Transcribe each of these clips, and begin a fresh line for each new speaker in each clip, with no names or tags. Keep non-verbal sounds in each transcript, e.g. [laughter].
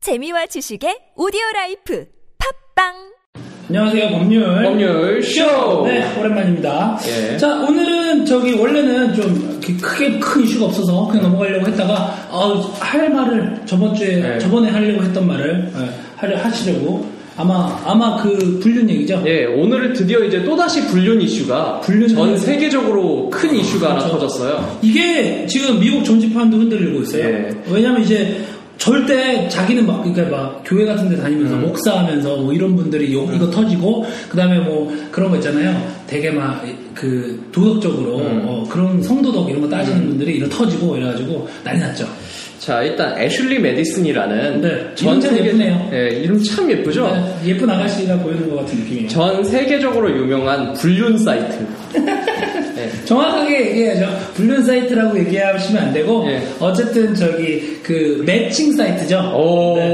재미와 지식의 오디오 라이프 팝빵
안녕하세요, 법률.
법률 쇼.
네, 오랜만입니다.
예.
자, 오늘은 저기 원래는 좀 이렇게 크게 큰 이슈가 없어서 그냥 넘어가려고 했다가 아, 할 말을 저번 주에
예.
저번에 하려고 했던 말을 예, 하려 하시려고 아마 아마 그 불륜 얘기죠.
예, 오늘은 드디어 이제 또다시 불륜 이슈가
불륜
전
이슈?
세계적으로 큰 이슈가 하나
그렇죠.
터졌어요.
이게 지금 미국 정치판도 흔들리고 있어요.
예.
왜냐면 이제 절대 자기는 막 그러니까 막 교회 같은 데
음.
다니면서 목사하면서 뭐 이런 분들이 요, 이거 터지고 그다음에 뭐 그런 거 있잖아요. 되게 막 그 도덕적으로
음.
어, 그런 성도덕 이런 거 따지는 분들이 이런 터지고 이래 가지고 난리 났죠.
자, 일단 애슐리 매디슨이라는
네, 이름 참 예쁘네요.
예, 이름 참 예쁘죠?
네, 예쁜 아가씨가 보이는 것 같은 느낌이에요.
전 세계적으로 유명한 불륜 사이트. 예.
정확하게 얘기해야죠. 불륜 사이트라고 얘기하시면 안 되고
예.
어쨌든 저기 그 매칭 사이트죠. 네.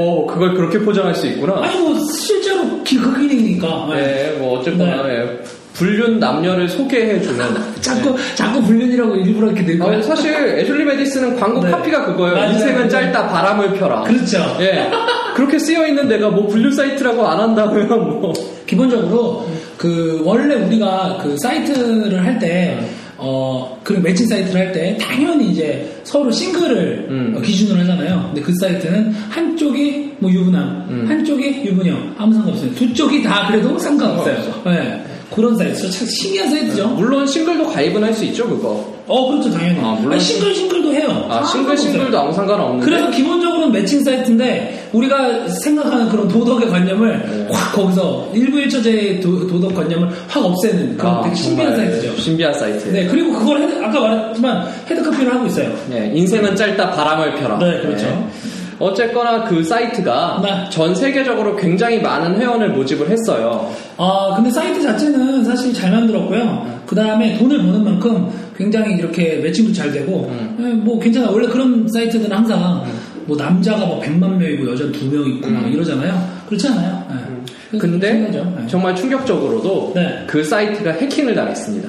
오, 그걸 그렇게 포장할 수 있구나.
아니 뭐 실제로 기극이니까
예, 뭐 어쨌거나
네.
예, 불륜
[laughs]
남녀를 소개해주는.
자꾸 자꾸 불륜이라고 일부러 이렇게 낼 거야.
어, 사실 애슐리 매디슨은 광고
네.
카피가 그거예요.
맞아요.
인생은 짧다 바람을 펴라.
그렇죠.
예. 그렇게 쓰여 있는 내가 뭐 분류 사이트라고 안 한다면 뭐.
기본적으로 그 원래 우리가 그 사이트를 할 때 어 그런 매칭 사이트를 할 때 당연히 이제 서로 싱글을
음.
어, 기준으로 하잖아요. 근데 그 사이트는 한쪽이 뭐 유부남,
음.
한쪽이 유부녀 아무 상관없어요. 두 쪽이 다 그래도 상관없어요. 네. 그런 사이트죠. 참 신기한 사이트죠.
물론 싱글도 가입은 할 수 있죠 그거.
어 그렇죠 당연히.
네. 아, 물론.
아니, 싱글 싱글도 해요.
아
상관없어요.
싱글 싱글도 아무 상관 없는데.
그래서 기본적으로는 매칭 사이트인데 우리가 생각하는 그런 도덕의 관념을
네.
확 거기서 일부일처제의 도, 덕 관념을 확 없애는 그런 되게 신비한 사이트죠.
아, 신비한 사이트.
네 그리고 그걸 헤드- 아까 말했지만 헤드카피를 하고 있어요.
예, 인생은 짧다 바람을 펴라.
네, 그렇죠.
어쨌거나 그 사이트가
네.
전 세계적으로 굉장히 많은 회원을 모집을 했어요.
아 근데 사이트 자체는 사실 잘 만들었고요. 그 다음에 돈을 버는 만큼 굉장히 이렇게 매칭도 잘 되고
음.
예, 뭐 괜찮아 원래 그런 사이트들은 항상 뭐 남자가 뭐 100만 명이고 여자 는 2명 있고 막 이러잖아요. 그렇지 않아요? 예. 그래서
음. 근데
신기하죠. 예.
정말 충격적으로도
네.
그 사이트가 해킹을 당했습니다.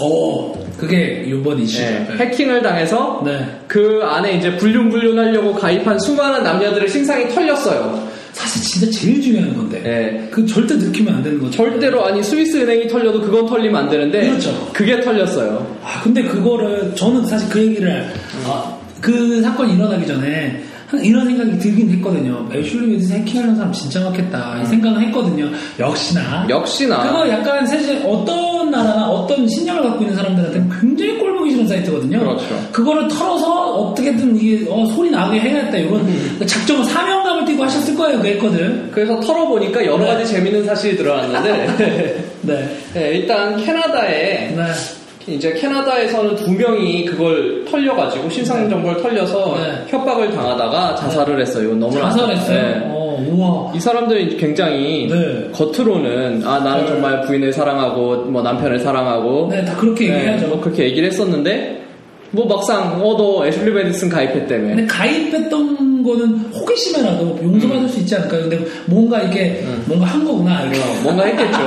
오, 어, 그게 이번 이슈.
예,
네.
해킹을 당해서
네.
그 안에 이제 불륜불륜 하려고 가입한 수많은 남녀들의 신상이 털렸어요.
사실 진짜 제일 중요한 건데.
예.
그 절대 들키면 안 되는 거죠.
절대로 아니 스위스 은행이 털려도 그건 털리면 안 되는데
그렇죠.
게 털렸어요.
아, 근데 그거를 저는 사실 그 얘기를
음.
아, 그 사건이 일어나기 전에 한- 이런 생각이 들긴 했거든요. 애슐리 웨드에서 해킹하는 사람 진짜 많겠다. 이 생각을 했거든요. 역시나.
음. 역시나
그거 약간 사실 어떤 나라나 어떤 신념을 갖고 있는 사람들한테는 굉장히 꼴보기 싫은 사이트거든요.
그렇죠.
그거를 털어서 어떻게든 이게 어, 소리 나게 해야겠다 이런
음.
작정을 사명감을 띠고 하셨을 거예요. 그랬거든.
그래서 털어보니까 여러 가지 재밌는 사실이 드러났는데
네.
[laughs] 네, 일단 캐나다에
네.
이제 캐나다에서는 두 명이 그걸 털려가지고 신상 정보를 털려서
네.
협박을 당하다가 네. 자살을 했어요. 이건 너무나
자살했어요.
네.
어, 우와.
이 사람들이 굉장히
네.
겉으로는 아 나는
네.
정말 부인을 사랑하고 뭐 남편을 사랑하고
네, 다 그렇게
네,
얘기하죠.
뭐 그렇게 얘기를 했었는데 뭐 막상 어 너 애슐리 베디슨 가입했다며
근데 가입했던 거는 호기심이라도 용서받을
음.
수 있지 않을까요? 근데 뭔가 이게 뭔가 한 거구나. 이렇게.
어, 뭔가 했겠죠.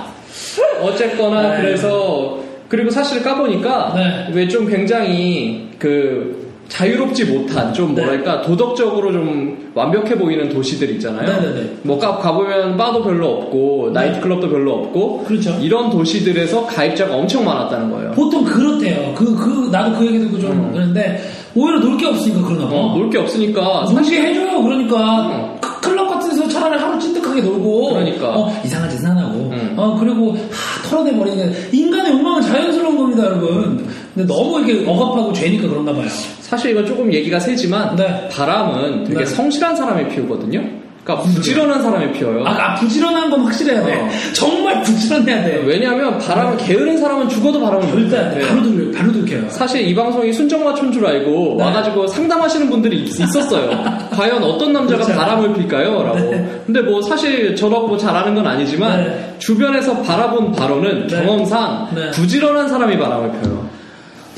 네. 어쨌거나
네.
그래서 그리고 사실 까보니까
네.
왜 좀 굉장히 그 자유롭지 못한 좀
네.
뭐랄까 도덕적으로 좀 완벽해 보이는 도시들 있잖아요.
네네네. 네.
뭐 가, 가보면 바도 별로 없고 나이트클럽도 별로 없고
그렇죠.
이런 도시들에서 가입자가 엄청 많았다는 거예요.
보통 그렇대요. 그, 그, 나도 그 얘기 듣고 좀 그런데 오히려 놀 게 없으니까 그러나 봐.
음. 어, 놀 게 없으니까
사게 해줘요. 그러니까
음.
크- 클럽 같은 데서 차라리 하루 찐득하게 놀고
그러니까.
어, 이상한 짓은 안 하고
음.
어, 그리고 하, 털어내버리는 인간의 욕망은 자연스러운 겁니다 여러분 근데 너무 이렇게 억압하고 죄니까 그런가 봐요
사실 이건 조금 얘기가 세지만
네.
바람은 되게
네.
성실한 사람이 피우거든요. 그러니까 부지런한 사람이 피워요.
아, 아, 부지런한 건 확실해야 돼.
어.
정말 부지런해야 돼.
왜냐하면 바람은 게으른 사람은 죽어도 바람을 못
절대 안 돼.
피워요.
바로 돌려, 바로 돌려요.
사실 이 방송이 순정마초인 줄 알고
네.
와가지고 상담하시는 분들이 있- 있었어요.
[laughs]
과연 어떤 남자가
그렇죠.
바람을 필까요? 라고. 근데 뭐 사실 저렇고 잘하는 건 아니지만
네.
주변에서 바라본 바로는
네.
경험상
네.
부지런한 사람이 바람을 펴요.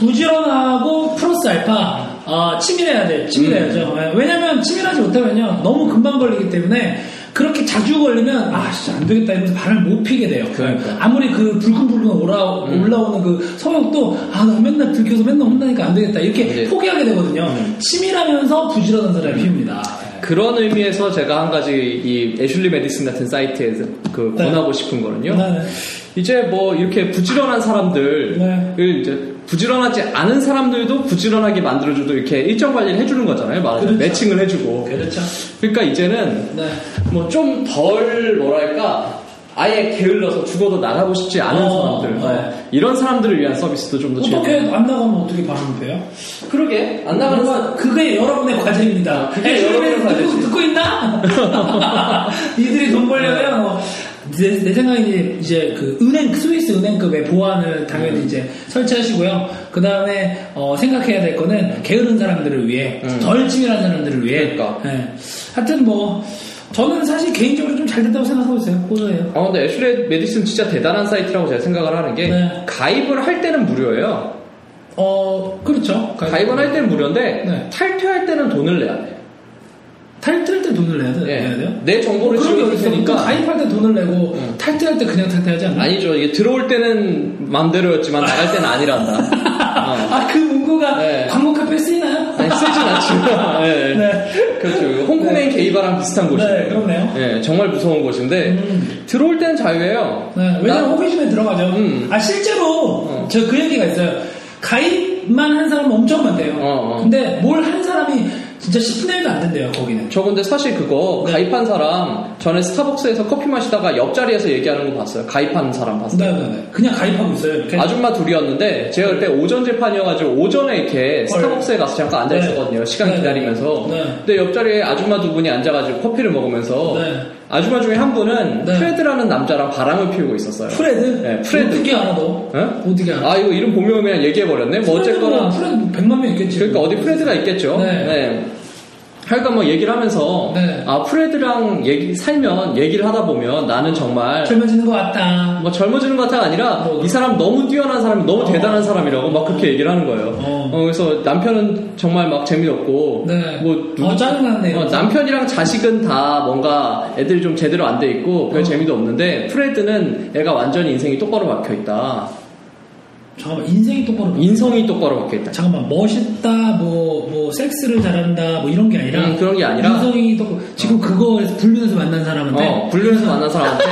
부지런하고 플러스 알파 아,
음.
치밀해야 돼. 치밀해야죠. 예, 왜냐면 치밀하지 못하면요 너무 금방 걸리기 때문에 그렇게 자주 걸리면 아 진짜 안 되겠다 이러면서 바람을 못 피게 돼요.
그러니까. 음.
아무리 그 불끈불끈 올라, 올라오는 그 성욕도 아 나 맨날 들켜서 맨날 혼나니까 안 되겠다 이렇게
이제-
포기하게 되거든요.
네. 음. 네.
치밀하면서 부지런한 사람이 피웁니다.
그런 의미에서 제가 한 가지 이 애슐리 메디슨 같은 사이트에서 그
네.
권하고 싶은 거는요.
네, 네.
이제 뭐 이렇게 부지런한 사람들을
네.
이제 부지런하지 않은 사람들도 부지런하게 만들어주도 이렇게 일정 관리를 해주는 거잖아요. 말하자면
그렇죠.
매칭을 해주고.
그렇죠.
그러니까 이제는
네.
뭐 좀 덜 뭐랄까 아예 게을러서 죽어도 나가고 싶지 않은
어,
사람들
네.
이런 사람들을 위한 서비스도 좀 더
어떻게 안 나가면 어떻게 바람 피요?
그러게 안 나가는 사람
그건 그게 여러분의 과제입니다.
그게
애슐리
여러분의
듣고-
과제지.
듣고
[laughs]
있나? 이들이 돈
네.
벌려면 뭐. 내, 내 생각에 이제, 이제 그 은행 스위스 은행급의 보안을 당연히
음.
이제 설치하시고요. 그 다음에 생각해야 될 거는 게으른 사람들을 위해
음.
덜 치밀한 사람들을 위해.
그러니까.
예. 하여튼 뭐 저는 사실 개인적으로 좀 잘 됐다고 생각하고 있어요. 고소해요.
아 근데 애슐리 메디슨 진짜 대단한 사이트라고 제가 생각을 하는 게
네.
가입을 할 때는 무료예요.
어 그렇죠.
가입을 할 때는 무료인데
네.
탈퇴할 때는 돈을 내야 돼.
탈퇴할 때 돈을 내야 돼-
예.
내야 돼요.
내 정보를
그런 게
지금
어디 있으니까
있으니까
가입할 때 돈을 내고
응.
탈퇴할 때 그냥 탈퇴하지 않나?
아니죠. 이게 들어올 때는 맘대로였지만 나갈 때는
[laughs]
아니란다. 어.
아 그 문구가
네.
광고 카페 쓰이나요?
아니 쓰진 않지만
[laughs]
예, 예.
네.
그렇죠. 홍콩행 게이바랑 비슷한 곳이에요.
네, 그렇네요.
예, 정말 무서운 곳인데
음.
들어올 때는 자유예요.
네, 왜냐면
나-
호기심에 들어가죠.
음.
아 실제로
어.
저 그 얘기가 있어요. 가입만 한 사람 은 엄청 많대요.
어, 어.
근데 뭘 한 사람이 진짜 10분의 1도 안 된대요 거기는.
저 근데 사실
네.
그거 가입한 사람 전에 스타벅스에서 커피 마시다가 옆자리에서 얘기하는 거 봤어요. 가입한 사람 봤어요.
네네네. 그냥 가입하고 있어요. 이렇게.
아줌마 둘이었는데 제가 그때 오전 재판이어가지고 오전에 이렇게 스타벅스에 가서 잠깐 앉아
네.
있었거든요 시간
네.
기다리면서
네.
근데 옆자리에 아줌마 두 분이 앉아가지고 커피를 먹으면서
네.
아줌마 중에 한 분은
네.
프레드라는 남자랑 바람을 피우고 있었어요
프레드?
네, 프레드.
어떻게 알아 너?
예?
어떻게 알아?
아 이거 이름 보면 그냥 얘기해버렸네 뭐 어쨌거나
프레드 뭐 100만 명 있겠지.
그러니까 어디 프레드가 있겠죠
네.
하여간 뭐 얘기를 하면서
네.
아 프레드랑 얘기 살면 얘기를 하다 보면 나는 정말
젊어지는 것 같다.
뭐 젊어지는 것 같아가 아니라 뭐
어.
이 사람 너무 뛰어난 사람이 너무 대단한 사람이라고 막 그렇게 얘기를 하는 거예요.
어.
어, 그래서 남편은 정말 막 재미없고
네.
뭐
어, 짜증나네요.
어, 남편이랑 자식은 다 뭔가 애들이 좀 제대로 안 돼 있고 별
어.
재미도 없는데 프레드는 애가 완전히 인생이 똑바로 박혀 있다.
잠깐만 인생이 똑바로. 가.
인성이 똑바로 박혀 있다.
잠깐만 멋있다 뭐 뭐 섹스를 잘한다 뭐 이런 게 아니라
음, 그런 게 아니라
인성이 또 지금 그거에서 불륜에서 만난 사람한테
어, 불륜에서 만난 사람한테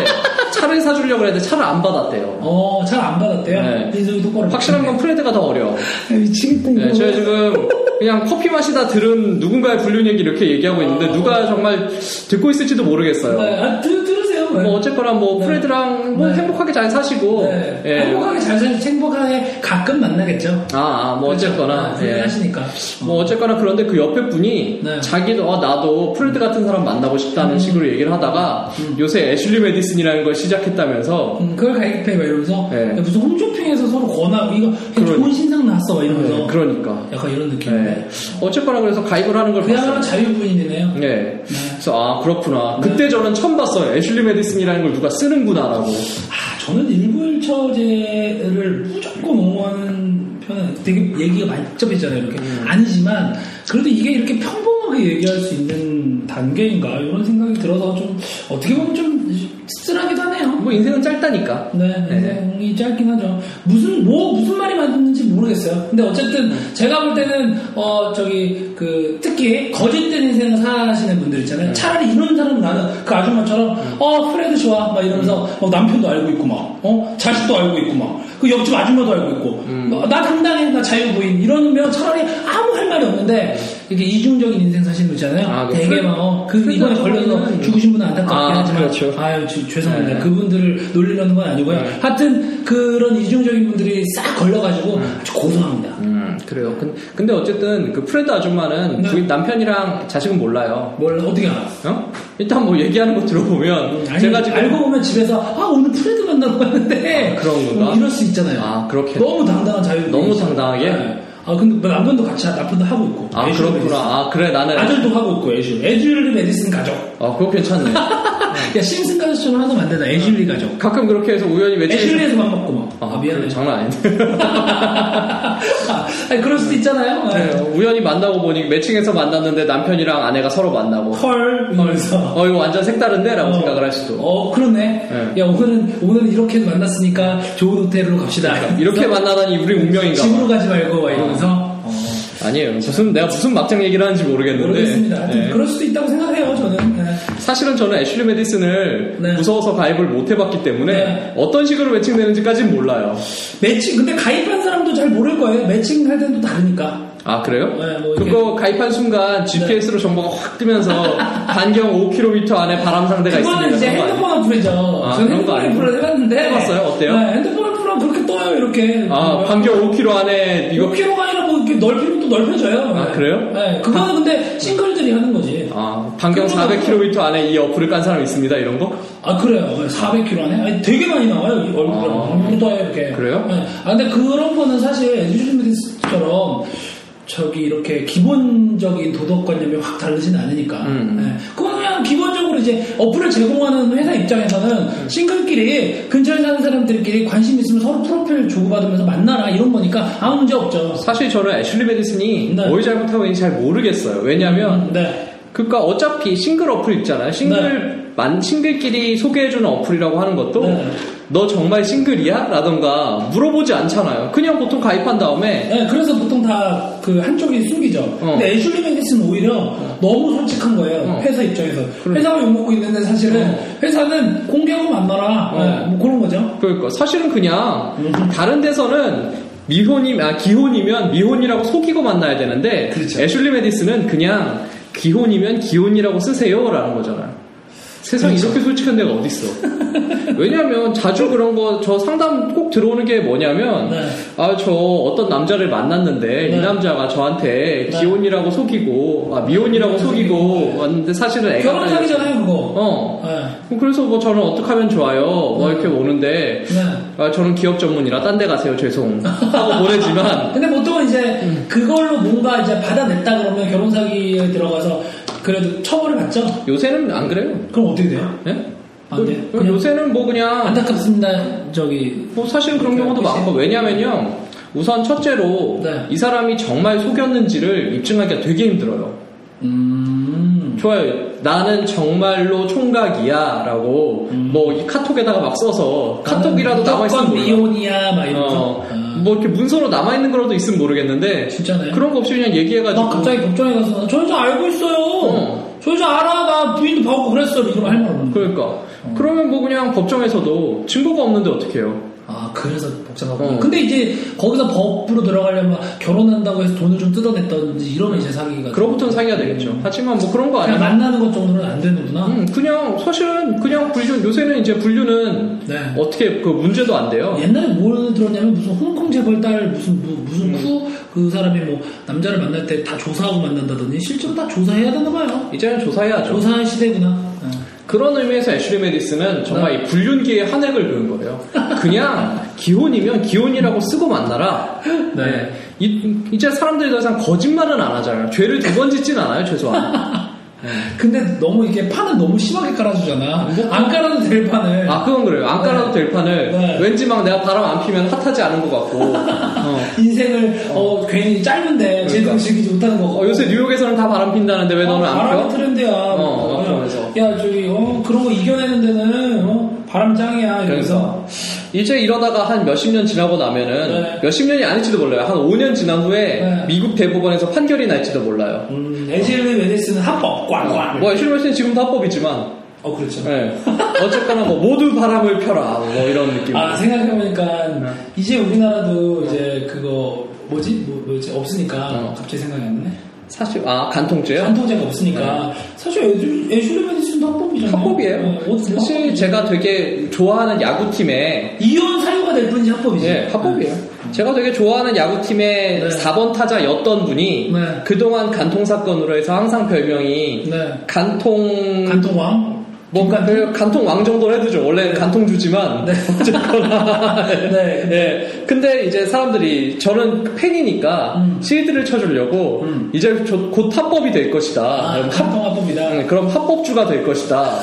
차를 사주려고 했는데 차를 안 받았대요.
어잘 안 받았대요
네.
인성이 똑바로
확실한 건 프레드가 더 어려.
야, 미치겠다 이거
네, 저희 지금 그냥 커피 마시다 들은 누군가의 불륜 얘기 이렇게 얘기하고 있는데 누가 정말 듣고 있을지도 모르겠어요.
아. 네, 아, 들, 들으세요 네.
뭐 어쨌거나 뭐
네.
프레드랑 뭐
네.
행복하게 잘 사시고
네.
예.
행복하게 잘 살지 행복하게 가끔 만나겠죠
아, 아, 뭐 어쨌거나
네,
예.
하시니까
뭐 어쨌거나 그런데 그 옆에 분이
네. 음.
자기도 어, 나도 프레드 같은 사람 만나고 싶다는 식으로 얘기를 하다가 요새 애슐리 메디슨이라는 걸 시작했다면서
음, 그걸 가입해 막 이러면서
네.
야, 무슨 홈쇼핑에서 서로 권하고 이거 야, 좋은
그러니-
신상 나왔어 막 이러면서
그러니까. 예, 그러니까
약간 이런
예.
느낌인데
어쨌거나 그래서 가입을 하는 걸
그야말로
봤어요.
자유부인이네요 네.
예. 그래서 아 그렇구나. 그때 저는 처음 봤어요. 애슐리 메디슨이라는 걸 누가 쓰는구나라고.
아, 저는 일부일처제를 무조건 옹호하는 편은 되게 얘기가 만점이잖아요. 이렇게 아니지만 그래도 이게 이렇게 평범하게 얘기할 수 있는 단계인가 이런 생각이 들어서 좀 어떻게 보면 좀 씁쓸하기도 하네요.
뭐 인생은 짧다니까.
네, 인생이 짧긴 하죠. 무슨 뭐 무슨 말이 맞는지 모르겠어요. 근데 어쨌든 제가 볼 때는 어 저기 그 특히 거짓된 인생 사시는 분들 있잖아요.
네.
차라리 이런 사람 나는 그 아줌마처럼 어 프레드 좋아 막
음.
이러면서 막 남편도 알고 있고 막어 자식도 알고 있고 막 그 옆집 아줌마도 알고 있고
음.
어, 나 당당해 나 자유부인 이러면 차라리 아무 할 말이 없는데 이렇게 이중적인 인생 사시는 분 있잖아요.
네. 아, 그
되게
프레드-
막어그 이번에 걸려서
프레드는-
죽으신 분은 안타깝긴
아,
하지만
그렇죠.
아유 지- 죄송합니다.
네.
그분들을 놀리려는 건 아니고요.
네.
하여튼 그런 이중적인 분들이 싹 걸려가지고
네.
아주 고소합니다.
음 그래요. 근- 근데 어쨌든 그 프레드 아줌마는
네.
부인 남편이랑 자식은 몰라요.
뭘 어떻게 알아?
어? 일단 뭐 얘기하는 거 들어보면
음, 아니,
제가 지금
알고 보면 집에서 아 오늘 프레드 만나러 갔는데
아, 그런 건가?
어, 이럴 수 있잖아요.
아, 그렇게.
너무 당당한 자유.
너무 당당하게?
네. 아 근데 뭐 남편도 같이 납품도 하고 있고.
아
애슐리
그렇구나. 아 그래 나는.
메디슨. 아들도 하고 있고 애슐리. 애슐리 메디슨 가족.
어 그거 괜찮네.
[laughs]
네.
야 심슨 가족처럼 하나 만드나 애슐리 가족.
가끔 그렇게 해서 우연히 외치는.
애슐리에서 밥 먹고 막. 아, 미안해.
장난 아닌데.
[laughs] 아니 그럴 수도 있잖아요.
네, [laughs] 우연히 만나고 보니 매칭해서 만났는데 남편이랑 아내가 서로 만나고
헐뭐 이러면서.
어 이거 완전 색다른데라고 생각을 할 수도.
어 그러네.
네.
야 오늘은 오늘 이렇게 만났으니까 좋은 호텔로 갑시다.
아,
[laughs]
이렇게 만나다니 우리 운명인가
집으로
봐.
가지 말고 막 이러면서. 어.
아니에요. 무슨 내가 무슨 막장 얘기를 하는지 모르겠는데.
모르겠습니다. 하여튼
네.
그럴 수도 있다고 생각해요 저는. 네.
사실은 저는 애슐리 메디슨을
네.
무서워서 가입을 못 해봤기 때문에
네.
어떤 식으로 매칭되는지까지는 몰라요.
매칭 근데 가입한 사람도 잘 모를 거예요. 매칭할 때는 또 다르니까.
아 그래요?
네, 뭐 이렇게- 네.
그거 가입한 순간 GPS로 정보가
[laughs]
확 뜨면서 반경 5km 안에 바람 상대가
그거는
있습니다.
이제
그런 거
핸드폰 어플이죠.
아,
저는
그런 거
핸드폰
아니에요?
어플을 해봤는데
해봤어요? 어때요?
네, 핸드폰 어플은 그렇게 떠요 이렇게.
아니에요? 아 반경 5km 안에
이거
이거
키로가 아니라 뭐 이렇게 넓히면 또 넓혀져요.
아, 그래요?
네, 그거는 근데 싱글들이 하는 거지.
아 반경
그거는-
400km 안에 이 어플을 깐 사람 있습니다 이런 거?
아 그래요. 400kg 안에 아니, 되게 많이 나와요. 이 얼굴에
아.
얼굴 떠요 이렇게.
그래요?
네. 아 근데 그런 거는 사실 에듀시미디스처럼 저기 이렇게 기본적인 도덕관념이 확 다르진 않으니까.
음.
네. 그건 그냥 기본적으로 이제 어플을 제공하는 회사
음.
입장에서는 싱글끼리 근처에 사는 사람들끼리 관심 있으면 서로 프로필 주고받으면서 만나라 이런 거니까 아무 문제 없죠.
사실 저는 애슐리 메디슨이
네.
뭘 잘못하고 있는지 잘 모르겠어요. 왜냐하면
네.
그니까 그러니까 어차피 싱글 어플 있잖아요. 싱글 만 싱글끼리 소개해주는 어플이라고 하는 것도
네.
너 정말 싱글이야? 라던가 물어보지 않잖아요. 그냥 보통 가입한 다음에
네, 그래서 보통 다 그 한쪽이 숙이죠.
어.
근데 애슐리 맥디스는 오히려 너무 솔직한 거예요.
어.
회사 입장에서.
그래.
회사가 욕먹고 있는데 사실은
어.
회사는 공개하고 만나라.
어.
네, 뭐 그런 거죠.
그러니까 사실은 그냥
음.
다른 데서는 미혼이 아 기혼이면 미혼이라고 속이고 만나야 되는데
그렇죠.
애슐리 메디스는 그냥 기혼이면 기혼이라고 쓰세요라는 거잖아요. 세상에
그렇죠.
이렇게 솔직한 데가 어딨어. 왜냐면 자주 그런 거 저 상담 꼭 들어오는 게 뭐냐면
네.
아 저 어떤 남자를 만났는데 이
네.
남자가 저한테
네.
기혼이라고 속이고 아 미혼이라고 속이고 왔는데 사실은 애가
결혼 하기 전에 그거.
어
네.
그래서 뭐 저는 어떻게 하면 좋아요 뭐 이렇게 오는데
네.
아, 저는 기업 전문이라 딴 데 가세요 죄송
[laughs]
하고 보내지만 음.
근데 보통은 이제 그걸로 뭔가 이제 받아냈다 그러면 결혼 사기에 들어가서 그래도 처벌을 받죠.
요새는 안 그래요
그럼 어떻게 돼요?
예?
안 돼.
요-
그냥-
요새는 뭐 그냥
안타깝습니다. 저기
뭐 사실 그런 경우도
그치?
많고 왜냐면요 우선 첫째로
네.
이 사람이 정말 속였는지를 입증하기가 되게 힘들어요
음.
좋아요 나는 정말로 총각이야 라고 뭐 이 카톡에다가 막 써서 카톡이라도 남아있으면
음. 무조건
몰라
미혼이야 막 이러면서.
어,
아.
뭐 이렇게 문서로 남아있는 거라도 있으면 모르겠는데
진짜네요.
그런 거 없이 그냥 얘기해가지고
나 갑자기 법정에 가서 저 여자 알고 있어요.
어.
저 여자 알아. 나 부인도 봐고 그랬어. 이러면 할말 없는 거야. 어.
그러니까 그러면 뭐 그냥 법정에서도 증거가 없는데 어떻게 해요
아 그래서 복잡하고.
어.
근데 이제 거기서 법으로 들어가려면 결혼한다고 해서 돈을 좀 뜯어냈던지 이러면 이제 사기가.
그로부터는
음.
사기가 되겠죠 하지만 뭐 그런 거
그냥
아니야
만나는 것 정도는 안 되는구나.
음, 그냥 사실은 그냥 분류 요새는 이제 분류는
네. 예.
어떻게 그 문제도 안 돼요.
옛날에 뭘 들었냐면 무슨 홍콩 재벌 딸 무슨 무,
음.
무슨 쿠 그 사람이 뭐 남자를 만날 때 다 조사하고 만난다더니 실제로 다 조사해야 되나 봐요.
이제는 조사해야죠.
조사의 시대구나. 네.
그런 의미에서 애슐리 메디스는
어.
정말 이 불륜기의 한 획을 그은 거예요. 그냥 기혼이면 기혼이라고 쓰고 만나라.
네.
이, 이제 사람들이 더 이상 거짓말은 안 하잖아요. 죄를 두 번 짓진 않아요, 최소한. 음.
근데 너무 이게 판은 너무 심하게 깔아주잖아. 안 깔아도 될 판을.
아, 그건 그래요. 안 깔아도 될 판을
네.
왠지 막 내가 바람 안 피면 핫하지 않은 것 같고. 어.
인생을 어, 괜히 짧은데 제대로 즐기지 못하는 거.
어, 요새 뉴욕에서는 다 그러니까. 어, 바람 핀다는데 왜 너는 안
어, 바람
펴?
트렌드야.
어, 막 그러면서.
야 저기 어, 그런 거 이겨내는 데는 어, 바람 짱이야. 이러면서
이제 이러다가 한 몇십 년 지나고 나면은
네.
몇십 년이 아닐지도 몰라요. 한 5년 지난 후에
네. 음.
미국 대법원에서 판결이 날지도 몰라요.
에실리 메디스는 합법 꽝꽝.
그러니까. 뭐 애슐리 씨는 지금도 합법이지만
어 그렇죠.
예. 어쨌거나 뭐 모두 바람을 펴라 뭐 네. 이런 느낌.
아 생각해보니까 이제 우리나라도 이제 그거 뭐지 뭐, 뭐지 없으니까
어.
갑자기 생각이 안 나네.
사실 아 간통죄요? 네.
단통제가 없으니까 사실 애슐- 애슐리 메디스는 합법이잖아요.
합법이에요.
어, 어떻게
사실
합법이지?
제가 되게 좋아하는 야구팀에
이혼 사유가 될 뿐이지 합법이지.
예, 합법이에요. 제가 되게 좋아하는 야구팀의
음. 네.
4번 타자였던 분이
네.
그동안 간통 사건으로 해서 항상 별명이
네.
간통
간통왕.
뭐 그, 간통 왕 정도는 해주죠. 원래 간통 주지만 [laughs] 어쨌거나
네.
예. 근데 이제 사람들이 저는 팬이니까
음.
실드를 쳐주려고
음.
이제 저- 곧 탑법이 될 것이다.
아,
탑-
합동합법이다.
네, 그럼 합법주가 될
[laughs]
것이다.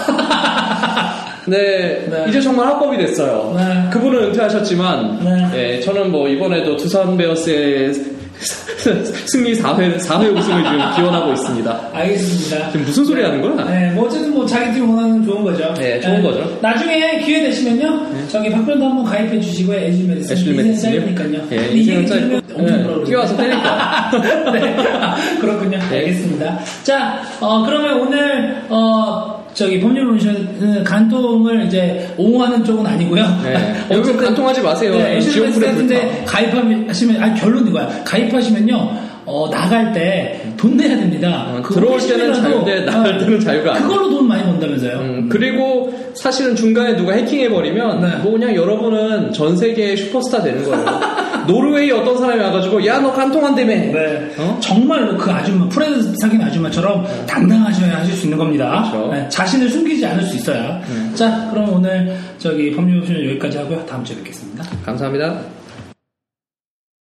네,
네.
이제 정말 합법이 됐어요.
네.
그분은 은퇴하셨지만,
네.
예, 저는 뭐 이번에도 두산 베어스의 [laughs] 승리 4회, 4회 우승을 지금 기원하고 있습니다.
알겠습니다.
지금 무슨 소리 하는 거야?
네, 뭐 어쨌든 뭐 자기 팀 원하는 좋은 거죠.
네, 좋은 거죠. 네.
나중에 기회 되시면요, 저기 박변도 한번 가입해 주시고요, 에이즈 메디슨.
애슐리
이제
메디슨이요?
짧으니까요.
예,
근데 이제
이제는 짧고.
짧으면 엄청
예,
뭐라 그러죠?
뛰어와서 때릴까?
[laughs] 네, 그렇군요.
네.
알겠습니다. 자, 어, 그러면 오늘 어, 저기 법률 논의는 간통을 이제 옹호하는 쪽은 아니고요. [laughs]
네.
어쨌든-
여러분 간통하지 마세요.
네,
지옥불에
에이즈 메디슨인데
불타.
가입하시면 아니 결론 이거야. 가입하시면요. 어, 나갈 때 돈 내야 됩니다.
어,
그거
들어올
훨씬이라도-
때는
어,
자유인데 네, 나갈 때는 자유가 아니에요.
그걸로 돈 많이 번다면서요.
음, 그리고 사실은 중간에 누가 해킹해버리면
네.
뭐 그냥 여러분은 전 세계의 슈퍼스타 되는
[laughs]
거예요. 노르웨이 어떤 사람이 와가지고 야 너 간통한다며
네.
어? 네.
정말로 그 아줌마, 프레드 사귄 아줌마처럼 당당하셔야 하실 수 있는 겁니다.
그렇죠. 네.
네, 자신을 숨기지 않을 수 있어야. 자, 그럼 오늘 저기 법률 옵션 여기까지 하고요. 다음 주에 뵙겠습니다.
감사합니다.